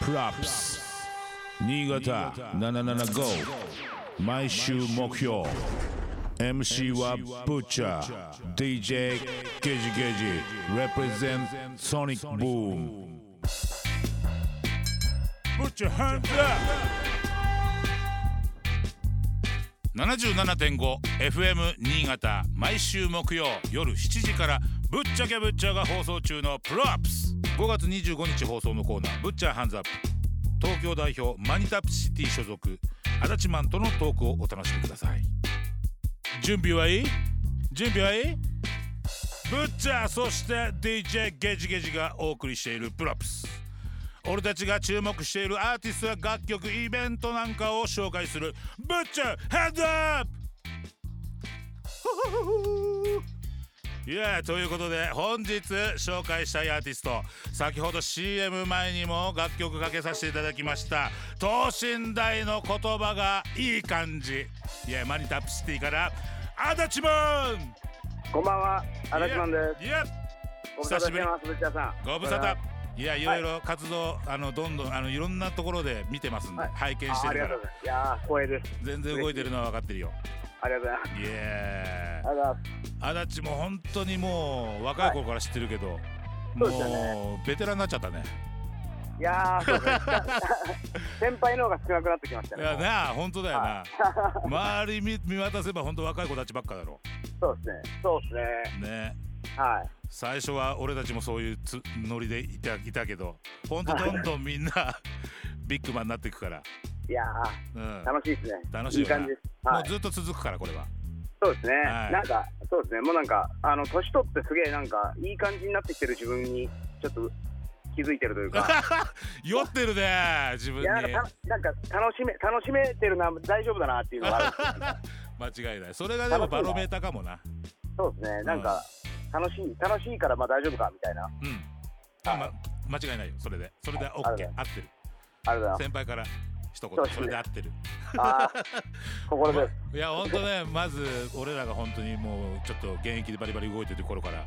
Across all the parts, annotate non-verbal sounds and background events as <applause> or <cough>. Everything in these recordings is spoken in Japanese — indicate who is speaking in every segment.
Speaker 1: プラップス新潟775毎週目標 MC はブッチャー DJ ゲジゲジ represent ソニックブーム Put your hands up!
Speaker 2: 77.5FM 新潟毎週木曜夜7時から「ぶっちゃけぶっちゃ」が放送中の「プロアップス」5月25日放送のコーナー「ぶっちゃハンズアップ」東京代表マニタップシティ所属足立マンとのトークをお楽しみください準備はいい準備はいいぶっちゃそして DJ ゲジゲジがお送りしている「プロアップス」俺たちが注目しているアーティストや楽曲イベントなんかを紹介する「ブッチャーヘッドアップ!」いやということで本日紹介したいアーティスト先ほど CM 前にも楽曲かけさせていただきました等身大の言葉がいい感じいやマニタップシティからアダチマン
Speaker 3: こんばんは、アラチマンで
Speaker 2: いや
Speaker 3: す。ご無沙汰してます、ぶっちゃさん。
Speaker 2: ご無沙汰いやいろいろ活動、あのどんどんあのいろんなところで見てますんで、
Speaker 3: はい
Speaker 2: 拝見し
Speaker 3: あ。
Speaker 2: て
Speaker 3: あり
Speaker 2: る
Speaker 3: が
Speaker 2: か
Speaker 3: と
Speaker 2: ら
Speaker 3: うございます。いやー、光栄です。
Speaker 2: 全然動いてるのは分かってるよ
Speaker 3: ありがとうございます。
Speaker 2: イエ
Speaker 3: ありがとうございます。
Speaker 2: ーイ足立も本当にもう若い頃から知ってるけど、
Speaker 3: そうですよね
Speaker 2: もうベテランになっちゃったね
Speaker 3: いやー、そうですね。先輩の方が少なくなってきました
Speaker 2: い
Speaker 3: ね。
Speaker 2: やなあ本当だよな周り見見渡せば本当若い子たちばっかだろ
Speaker 3: そうですね。そうですね。
Speaker 2: ね
Speaker 3: はい。
Speaker 2: 最初は俺たちもそういうつノリでいたいたけど本当どんどんみんな <laughs> ビッグマンになっていくから、
Speaker 3: いや
Speaker 2: うん
Speaker 3: ー、、楽しいですね。
Speaker 2: 楽しいよない
Speaker 3: い感じです。は
Speaker 2: もう
Speaker 3: い。
Speaker 2: ずっと続くからこれは
Speaker 3: そうですね。
Speaker 2: はい
Speaker 3: なんか、そうですね。もうなんか、あの、年取ってすげえなんか、いい感じになってきてる自分に、ちょっと気づいてるという <laughs> か。
Speaker 2: <laughs> 酔ってるね自分
Speaker 3: い
Speaker 2: に
Speaker 3: やなんかたなんか楽しめ楽しめてるな大丈夫だなっていうのがあるんです
Speaker 2: <laughs>
Speaker 3: よ
Speaker 2: 間違いないそれがでもバロメーターかもな
Speaker 3: そうですねなんか楽しい楽しいからまあ大丈夫かみたいな
Speaker 2: うんあ、ま、間違いないよそれでそれで OK 合
Speaker 3: あ
Speaker 2: っ
Speaker 3: りがとうご
Speaker 2: て
Speaker 3: ざ
Speaker 2: る
Speaker 3: いありがとうござい
Speaker 2: 先輩から一
Speaker 3: そうで
Speaker 2: 言
Speaker 3: すね
Speaker 2: それで合ってる
Speaker 3: ますあ
Speaker 2: <laughs>
Speaker 3: ー心です
Speaker 2: いや本当ねまず俺らが本当にもうちょっと現役でバリバリ動いてる頃から
Speaker 3: はい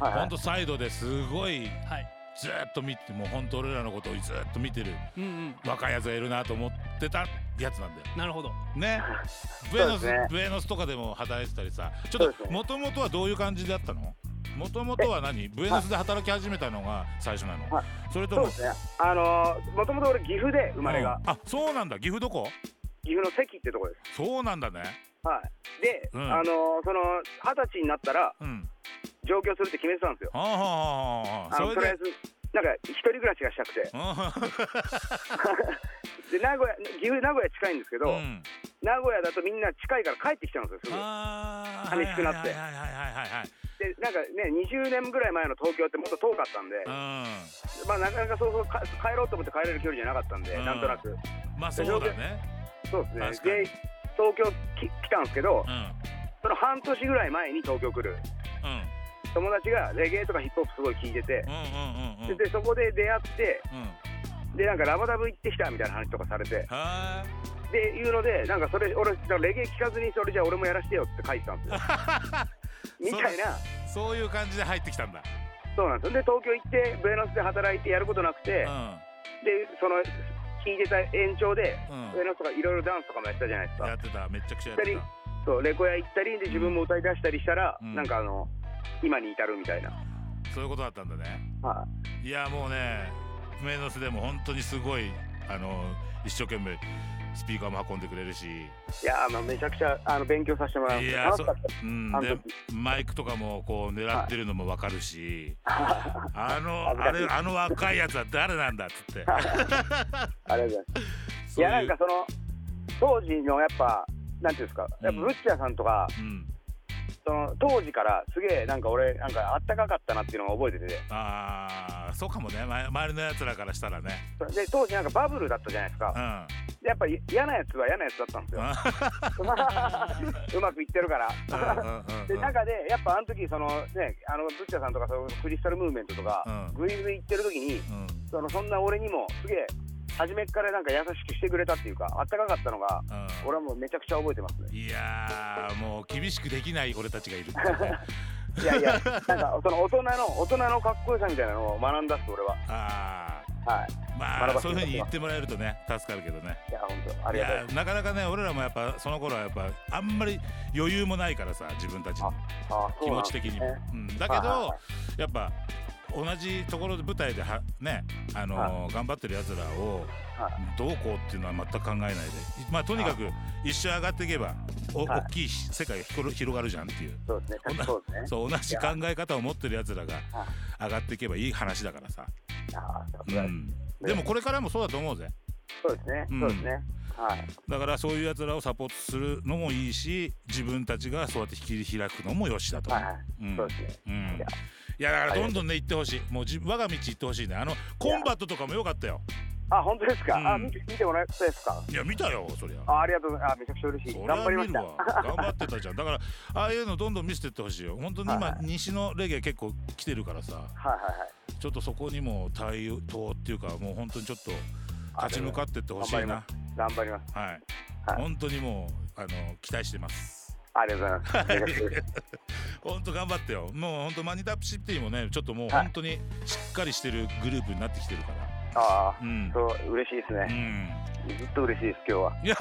Speaker 3: は
Speaker 2: 本
Speaker 3: い
Speaker 2: 当サイドですごい
Speaker 4: はい。
Speaker 2: ずーっと見てもう本当俺らのことをずーっと見てる
Speaker 4: うんうん。
Speaker 2: 若いやつがいるなと思ってたやつなんだよ
Speaker 4: なるほど。
Speaker 2: ね
Speaker 3: <laughs>
Speaker 2: ブエ
Speaker 3: そ
Speaker 2: ノ
Speaker 3: うで
Speaker 2: ス
Speaker 3: すね
Speaker 2: ブエノスとかでも働いてたりさちょっ
Speaker 3: そうです
Speaker 2: と
Speaker 3: ね
Speaker 2: もともとはどういう感じだったのもともとは何ブエノスで働き始めたのが最初なの
Speaker 3: はい
Speaker 2: それと
Speaker 3: そう
Speaker 2: も
Speaker 3: ですねあのーもともと俺岐阜で生まれが、
Speaker 2: うんあそうなんだ岐阜どこ
Speaker 3: 岐阜の関ってとこです
Speaker 2: そうなんだね
Speaker 3: はいで、
Speaker 2: うん
Speaker 3: あのーその二十歳になったら
Speaker 2: うん
Speaker 3: 上京するって決めてたんですよ
Speaker 2: はあはあはあはあ
Speaker 3: あの
Speaker 2: そ
Speaker 3: と
Speaker 2: れ
Speaker 3: りあえ
Speaker 2: で
Speaker 3: ずなんか一人暮らしがしたくてで名古屋岐阜名古屋近いんですけ
Speaker 2: う
Speaker 3: ど、
Speaker 2: んうん
Speaker 3: 名古屋だとみんな近いから帰ってきちゃうんですよすぐ
Speaker 2: あー
Speaker 3: 寂しくなって
Speaker 2: はいはいはいはいはい
Speaker 3: でなんかね20年ぐらい前の東京ってもっと遠かったんで、
Speaker 2: はい
Speaker 3: まあ、なかなかそうそうか帰ろうと思って帰れる距離じゃなかったんで、
Speaker 2: うん
Speaker 3: なんとな
Speaker 2: うん
Speaker 3: く
Speaker 2: まあそうだね
Speaker 3: そうです
Speaker 2: 確か
Speaker 3: ね
Speaker 2: に
Speaker 3: で東京き来たんですけ
Speaker 2: うん
Speaker 3: ど、その半年ぐらい前に東京来る
Speaker 2: うん
Speaker 3: 友達がレゲエとかヒップホップすごい聴いてて
Speaker 2: う、んうんうんうん
Speaker 3: ででそこで出会って
Speaker 2: うん
Speaker 3: でなんかラバダブ行ってきたみたいな話とかされて
Speaker 2: は
Speaker 3: でいうのでなんかそれ俺だからレゲエ聞かずにそれじゃあ俺もやらしてよって書いてたん
Speaker 2: <laughs>
Speaker 3: ですよみたいな
Speaker 2: ーいそういう感じで入ってきたんだ
Speaker 3: そうなんですで東京行ってブエノスで働いてやることなくて、
Speaker 2: う
Speaker 3: でその聴いてた延長で、
Speaker 2: んうん
Speaker 3: ブエノスとかいろいろダンスとかもやってたじゃないですか
Speaker 2: やってためっちゃくちゃやって
Speaker 3: 二人
Speaker 2: た
Speaker 3: そうレコヤ行ったりで自分も歌い出したりしたら、
Speaker 2: うん
Speaker 3: なんかあの今に至るみたいな、
Speaker 2: そういうことだったんだね
Speaker 3: はい
Speaker 2: やもうねメイノスでも本当にすごいあの一生懸命スピーカーも運んでくれるし、
Speaker 3: い、いやーまあめちゃくちゃあの勉強させてもらいま
Speaker 2: い
Speaker 3: し
Speaker 2: や
Speaker 3: た
Speaker 2: ー
Speaker 3: 楽しかったです
Speaker 2: うん、
Speaker 3: あの
Speaker 2: で
Speaker 3: 時
Speaker 2: マイクとかもこう狙ってるのも分かるし、あの
Speaker 3: <laughs> 恥ず
Speaker 2: あ
Speaker 3: かしい
Speaker 2: れあの若いやつは誰なんだっ
Speaker 3: <laughs>
Speaker 2: つって
Speaker 3: ありがとうございますい
Speaker 2: そう
Speaker 3: やないん
Speaker 2: う
Speaker 3: かその当時のやっぱなんていうんですかやっぱ
Speaker 2: うん
Speaker 3: ブッチャーさんとか、
Speaker 2: うん、
Speaker 3: その当時からすげえなんか俺なんかあったかかったなっていうのを覚えてて
Speaker 2: あーそうかもねま周りのやつらからしたらね、
Speaker 3: で当時なんかバブルだったじゃないです
Speaker 2: う
Speaker 3: か
Speaker 2: ん、
Speaker 3: でやっぱり嫌なやつは嫌なやつだったんですよ <laughs> うまくいってるからで中でやっぱあの時そのねあのブッチャーさんとかそのクリスタルムーブメントとか、
Speaker 2: うん
Speaker 3: グイグイ行ってる時に
Speaker 2: うん
Speaker 3: そのそんな俺にもすげえ初めっからなんか優しくしてくれたっていうかあったかかったのが
Speaker 2: うん
Speaker 3: 俺はもうめちゃくちゃ覚えてますね
Speaker 2: いやーもう厳しくできない俺たちがいるっていう
Speaker 3: <laughs>
Speaker 2: ね
Speaker 3: いや
Speaker 2: <laughs>
Speaker 3: いやなんかその大人の大人のかっこよさみたいなのを学んだっす俺は
Speaker 2: あー
Speaker 3: はい
Speaker 2: まあそういうふうに言ってもらえるとね助かるけどね
Speaker 3: いや本当ありがとう
Speaker 2: なかなかね俺らもやっぱその頃はやっぱあんまり余裕もないからさ自分たちの
Speaker 3: あ
Speaker 2: 気持ち的にも、うん、だけ
Speaker 3: はいはい
Speaker 2: ど
Speaker 3: は
Speaker 2: やっぱ同じところで舞台ではね、あのー頑張ってるやつらを
Speaker 3: は
Speaker 2: どうこうっていうのは全く考えないで、まあ、とにかく一緒上がっていけばお、
Speaker 3: はい
Speaker 2: 大きい世界が広広がるじゃんっていう
Speaker 3: そうですね
Speaker 2: 同じ
Speaker 3: そうですね
Speaker 2: そう同じ考え方を持ってるやつらが
Speaker 3: は
Speaker 2: 上がっていけばいい話だからさ、
Speaker 3: あ
Speaker 2: う、
Speaker 3: ーそうん
Speaker 2: でもこれからもそうだと思うぜ
Speaker 3: そうですね
Speaker 2: うん
Speaker 3: そうですねはい
Speaker 2: だからそういうやつらをサポートするのもいいし自分たちがそうやって切り開くのもよしだと思
Speaker 3: は
Speaker 2: う
Speaker 3: いはい
Speaker 2: うん
Speaker 3: そうですね
Speaker 2: うん
Speaker 3: いや
Speaker 2: いやだからどんどんね行ってほしいもうじ我が道行ってほしいねあのコンバットとかも良かったよ
Speaker 3: あ本当です
Speaker 2: うん
Speaker 3: かあ見て見てもらえたですか
Speaker 2: いや見たよそりゃ
Speaker 3: あありがとうございますあめちゃくちゃ嬉し
Speaker 2: そ
Speaker 3: い
Speaker 2: り
Speaker 3: 頑
Speaker 2: ゃ
Speaker 3: 張りま
Speaker 2: 見
Speaker 3: し
Speaker 2: る
Speaker 3: た
Speaker 2: わ頑張ってたじゃんだからああいうのどんどん見せてってほしいよ本当に今、
Speaker 3: はい
Speaker 2: 西のレゲエ結構来てるからさ
Speaker 3: はいはいはい
Speaker 2: ちょっとそこにも対応っていうかもう本当にちょっと
Speaker 3: あ
Speaker 2: 立ち向かってってほしい
Speaker 3: 頑張り
Speaker 2: な
Speaker 3: ます頑張ります
Speaker 2: はい、
Speaker 3: はい
Speaker 2: 本当にもうあの期待してます
Speaker 3: ありがとう
Speaker 2: <laughs>
Speaker 3: ございますめちゃくちゃ嬉しい
Speaker 2: 本当頑張ってよもう本当マニタップシティもねちょっともう
Speaker 3: はい
Speaker 2: 本当にしっかりしてるグループになってきてるから
Speaker 3: あ
Speaker 2: う
Speaker 3: あ
Speaker 2: ん
Speaker 3: そう嬉しいです
Speaker 2: う
Speaker 3: ね
Speaker 2: ん
Speaker 3: ずっと嬉しいです今日はい
Speaker 2: や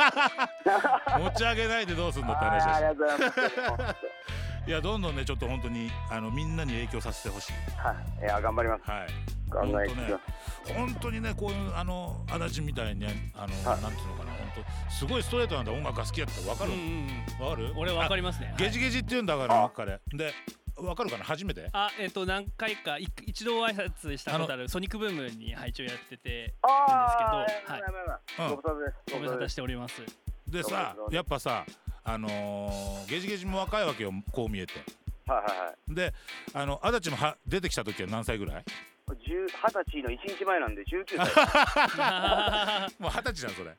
Speaker 2: <laughs> 持ち上げないでどうすんのって話
Speaker 3: あー
Speaker 2: だ
Speaker 3: ありがとうございます
Speaker 2: <laughs> しいやどんどんねちょっと本当にあのみんなに影響させてほしい
Speaker 3: はいいや頑張ります
Speaker 2: はい
Speaker 3: 頑張り
Speaker 2: 本
Speaker 3: ま
Speaker 2: 当
Speaker 3: す
Speaker 2: ね本当にねこういうあの足立みたいにねあの、
Speaker 3: はい
Speaker 2: なんていうのかな本当すごいストレートなんだ音楽が好きやってわか
Speaker 4: うん
Speaker 2: る
Speaker 4: うんうん
Speaker 2: わかる
Speaker 4: 俺わかりますね
Speaker 2: あ。ゲジ
Speaker 4: はい
Speaker 2: ゲジって言うんだから彼でわかるかな初めて
Speaker 4: あ、えっ、と何回かい一度挨拶したことあるソニックブームに配置をやってて
Speaker 3: ああ
Speaker 4: ですけどは
Speaker 3: あ
Speaker 4: い
Speaker 2: うん
Speaker 3: ご無沙汰です
Speaker 4: ご無沙汰してており <laughs> ます。
Speaker 2: でさ
Speaker 3: そうです
Speaker 2: やっぱさあのーゲジゲジも若いわけよこう見えて
Speaker 3: はいはいはい
Speaker 2: であの足立もは出てきた時は何歳ぐらい
Speaker 3: 10二十歳の一日前なんで19歳
Speaker 2: <laughs> もう二十歳じゃんそれ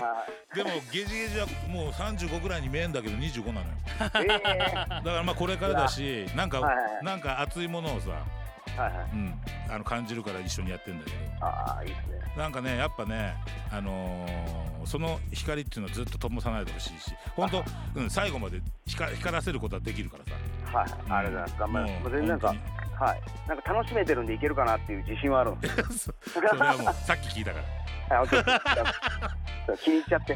Speaker 3: は
Speaker 2: でもゲジゲジはもう35ぐらいに見えんだけど25なのよ
Speaker 3: いええ
Speaker 2: だからまあこれからだしなんか、
Speaker 3: はいはいはい
Speaker 2: なんか熱いものをさ、
Speaker 3: はいはい
Speaker 2: うん、あの感じるから一緒にやってんだけど
Speaker 3: ああいいですね
Speaker 2: なんかねやっぱねあのーその光っていうのはずっと灯さないでほしいし本
Speaker 3: <laughs>
Speaker 2: 当、うん、最後まで光光らせることはできるからさ
Speaker 3: はいありがとうございます頑張りますもう全然なんか
Speaker 2: 本
Speaker 3: はいなんか楽しめてるんでいけるかなっていう自信はあ
Speaker 2: <laughs>
Speaker 3: るんですよ
Speaker 2: そそれはもうさっき聞いたから <laughs>
Speaker 3: はい本当ですそう気に入っちゃって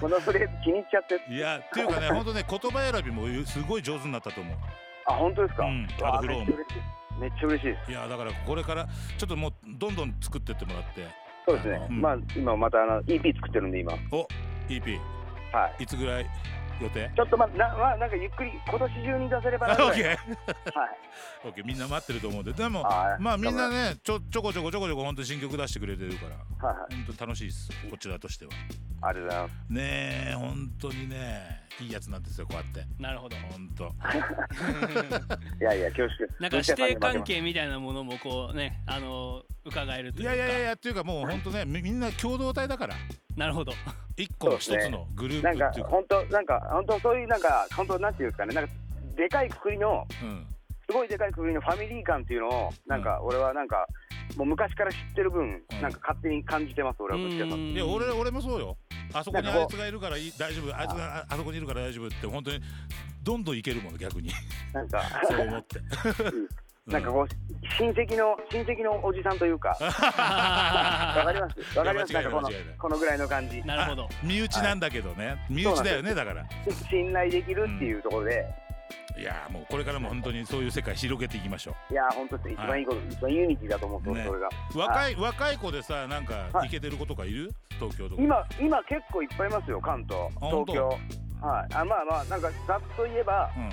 Speaker 3: このフレーズ気に入っちゃって
Speaker 2: いやっていうかね本当ね言葉選びもすごい上手になったと思う
Speaker 3: あ本当ですか、
Speaker 2: うん
Speaker 3: わあ
Speaker 2: あとフローも
Speaker 3: めっちゃ嬉しいめっちゃ嬉しいです
Speaker 2: いやだからこれからちょっともうどんどん作ってってもらって
Speaker 3: そうですね、
Speaker 2: うん
Speaker 3: まあ今またあの EP 作ってるんで今は
Speaker 2: お EP
Speaker 3: い
Speaker 2: いつぐらい予定
Speaker 3: ちょっとまあな,、まあ、なんかゆっくり今年中に出せれば
Speaker 2: オ
Speaker 3: なぐらい
Speaker 2: ッ <laughs> ケー
Speaker 3: はい
Speaker 2: オッケーみんな待ってると思うんででも
Speaker 3: あー
Speaker 2: まあみ
Speaker 3: 頑
Speaker 2: ん
Speaker 3: 張り
Speaker 2: な
Speaker 3: ます
Speaker 2: ねちょちょこちょこちょこちょこ本当に新曲出してくれてるから
Speaker 3: はいはい
Speaker 2: 本当に楽しいですこちらとしては
Speaker 3: ありがとうございます
Speaker 2: ねえ本当にねいいやつなんですよこうやって
Speaker 4: なるほど。
Speaker 2: 本当
Speaker 3: いやいや恐縮
Speaker 4: なんか師弟関係みたいなものもこうねあの伺えると
Speaker 2: い
Speaker 4: いうか。
Speaker 2: やいやいやいやっていうかもう本当ねみみんな共同体だから
Speaker 4: なるほど。
Speaker 2: 一個の一つのグループ
Speaker 3: なん
Speaker 2: っ
Speaker 3: か
Speaker 2: ていうか
Speaker 3: 本当なんか本当そういうなんか本当なんていうんですかねなんかでかいくくりの
Speaker 2: うん
Speaker 3: すごいでかいくくりのファミリー感っていうのをなんか俺はなんかもう昔から知ってる分、なんか勝手に感じてます俺はぶっちゃさん
Speaker 2: いや俺俺もそうよあそこに
Speaker 3: なんか
Speaker 2: あ
Speaker 3: こ
Speaker 2: いうつがいるからいい大丈夫あいつがああそこにいるから大丈夫って本当にどんどんいけるもの逆
Speaker 3: <laughs>
Speaker 2: に
Speaker 3: なんか
Speaker 2: そう思って
Speaker 3: <laughs> なんかこう親戚の親戚のおじさん
Speaker 2: <laughs>
Speaker 3: というかわかりますわかります
Speaker 2: いや間違
Speaker 3: なんか
Speaker 2: いない
Speaker 3: この
Speaker 2: 間違いない
Speaker 3: このぐらいの感じ
Speaker 4: <laughs> なるほど。
Speaker 2: 身内なんだけどね、身内だよねだから
Speaker 3: 信頼できるっていうところで、
Speaker 2: いやーもうこれからも本当にそういう世界広げていきましょ
Speaker 3: いや本当です一番いいこと、一番ユニティだと思ってます、
Speaker 2: ね
Speaker 3: それが
Speaker 2: う若い若い子でさなんか
Speaker 3: はい
Speaker 2: いけてる子とかいる東京とか
Speaker 3: 今今結構いっぱいいますよ関東
Speaker 2: あ
Speaker 3: 東京はいあまあまあなんかざっと言えば
Speaker 2: うん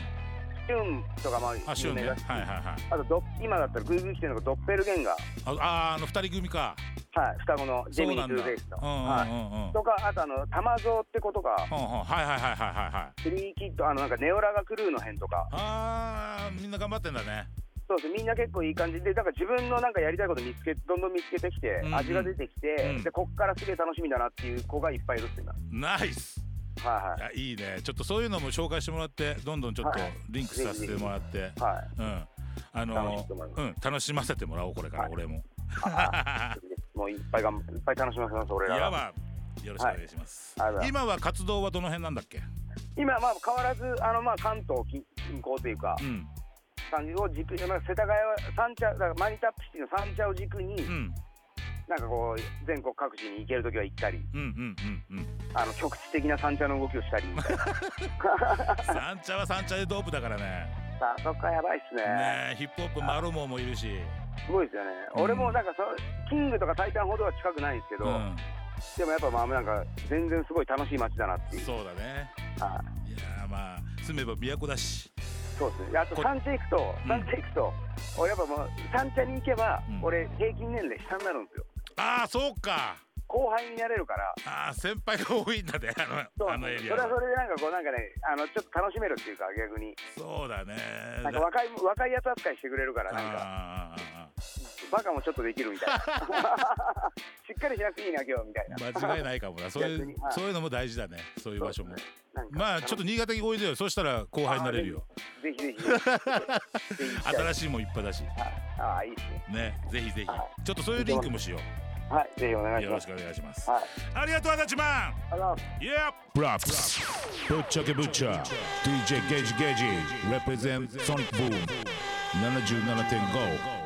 Speaker 3: シュンとかまあ
Speaker 2: あしゅ
Speaker 3: 有
Speaker 2: んね
Speaker 3: 名
Speaker 2: はい
Speaker 3: だ
Speaker 2: はい
Speaker 3: し
Speaker 2: はい
Speaker 3: あとど今だったらグイグイ来てるのがドッペルゲンガー
Speaker 2: ああーあの二人組か
Speaker 3: はい双子の
Speaker 2: そ
Speaker 3: ジェ
Speaker 2: う
Speaker 3: ミニ
Speaker 2: な
Speaker 3: ー・
Speaker 2: ん
Speaker 3: ト
Speaker 2: だ
Speaker 3: ゥーフェイスの
Speaker 2: うんうん
Speaker 3: はい
Speaker 2: うんうん
Speaker 3: とかあとあの玉蔵ってことか
Speaker 2: うんうんはいはいはいはいはいはい
Speaker 3: フリーキッドあのなんかネオラガクルーの辺とか
Speaker 2: あーみんな頑張ってんだね
Speaker 3: そうですみんな結構いい感じでだから自分のなんかやりたいこと見つけどんどん見つけてきて、
Speaker 2: うんうん
Speaker 3: 味が出てきて、
Speaker 2: うん
Speaker 3: でこっからすげえ楽しみだなっていう子がいっぱいいるっていうの
Speaker 2: ナイス
Speaker 3: ははい
Speaker 2: いやいいねちょっとそういうのも紹介してもらってどんどんちょっと
Speaker 3: はい
Speaker 2: リンクさせてもらって、
Speaker 3: はいはい
Speaker 2: うんあ
Speaker 3: 楽し
Speaker 2: の
Speaker 3: いと思いま
Speaker 2: うん楽しませてもらおうこれから、
Speaker 3: はい
Speaker 2: 俺も
Speaker 3: もういっぱいがんいっぱい楽しませます俺ら
Speaker 2: い
Speaker 3: は
Speaker 2: やまあよろしくお願いします、
Speaker 3: はいありがとうござい
Speaker 2: 今は活動はどの辺なんだっけ
Speaker 3: 今まあ変わらずあのまあ関東近近郊というか
Speaker 2: うん
Speaker 3: 感じを軸に、まあ、世田谷は三茶だからマニタップシティの三茶を軸に、
Speaker 2: うん
Speaker 3: なんかこう全国各地に行ける時は行ったり
Speaker 2: うんうんうん
Speaker 3: <laughs>
Speaker 2: うん
Speaker 3: あの局地的な三茶の動きをしたり
Speaker 2: <laughs>
Speaker 3: みたいな <laughs>
Speaker 2: 三茶は三茶でドープだからね
Speaker 3: さあそこはやばいっすね
Speaker 2: ねえヒップホップマロモもいるし
Speaker 3: すごいですよね、
Speaker 2: うん
Speaker 3: 俺もなんかそキングとかタイタンほどは近くないんですけ
Speaker 2: う
Speaker 3: ど、
Speaker 2: ん
Speaker 3: でもやっぱまあなんか全然すごい楽しい街だなっていう
Speaker 2: そうだね
Speaker 3: はい
Speaker 2: やーまあ住めば都だし
Speaker 3: そうですね。あと
Speaker 2: こ
Speaker 3: 三茶行くと、
Speaker 2: うん
Speaker 3: 三茶行くと、俺やっぱもう三茶に行けば、
Speaker 2: うん
Speaker 3: 俺平均年齢下になるんですよ。
Speaker 2: ああそうか
Speaker 3: 後輩になれるから。
Speaker 2: ああ先輩が多いんだねあ
Speaker 3: そ
Speaker 2: の
Speaker 3: う
Speaker 2: あのエリ
Speaker 3: そ
Speaker 2: ア
Speaker 3: れ
Speaker 2: は
Speaker 3: はそれでなんかこうなんかねあのちょっと楽しめるっていうか逆に
Speaker 2: そうだね
Speaker 3: なんか若い若いやつ扱いしてくれるからなんか
Speaker 2: あ
Speaker 3: バカもちょっとできるみ
Speaker 2: <laughs>
Speaker 3: たいなしっかりしなくていいな今日みたいな
Speaker 2: ーあーあー間違いないかもなそうい
Speaker 3: 逆
Speaker 2: う
Speaker 3: にはい
Speaker 2: そういうのも大事だねそういう場所も、
Speaker 3: なんか
Speaker 2: まあちょっと新潟においでよそしたら後輩になれるよ
Speaker 3: ぜひぜひぜひ行きたい
Speaker 2: <laughs> 新しいもんいっぱいだし
Speaker 3: ああいいですね
Speaker 2: ねぜひぜ
Speaker 3: は
Speaker 2: ひちょっとそういうリンクもしよ
Speaker 3: はいぜひお願
Speaker 2: う
Speaker 3: いし
Speaker 2: よろ
Speaker 3: ま
Speaker 2: し
Speaker 3: す
Speaker 2: くお願いします
Speaker 3: はい
Speaker 2: ありがとう足立マ
Speaker 3: ありがとうございます
Speaker 2: ンイエー
Speaker 1: ブラックスぶっちゃけぶっちゃ DJ ゲージゲージ represent Sonic Boom 77.5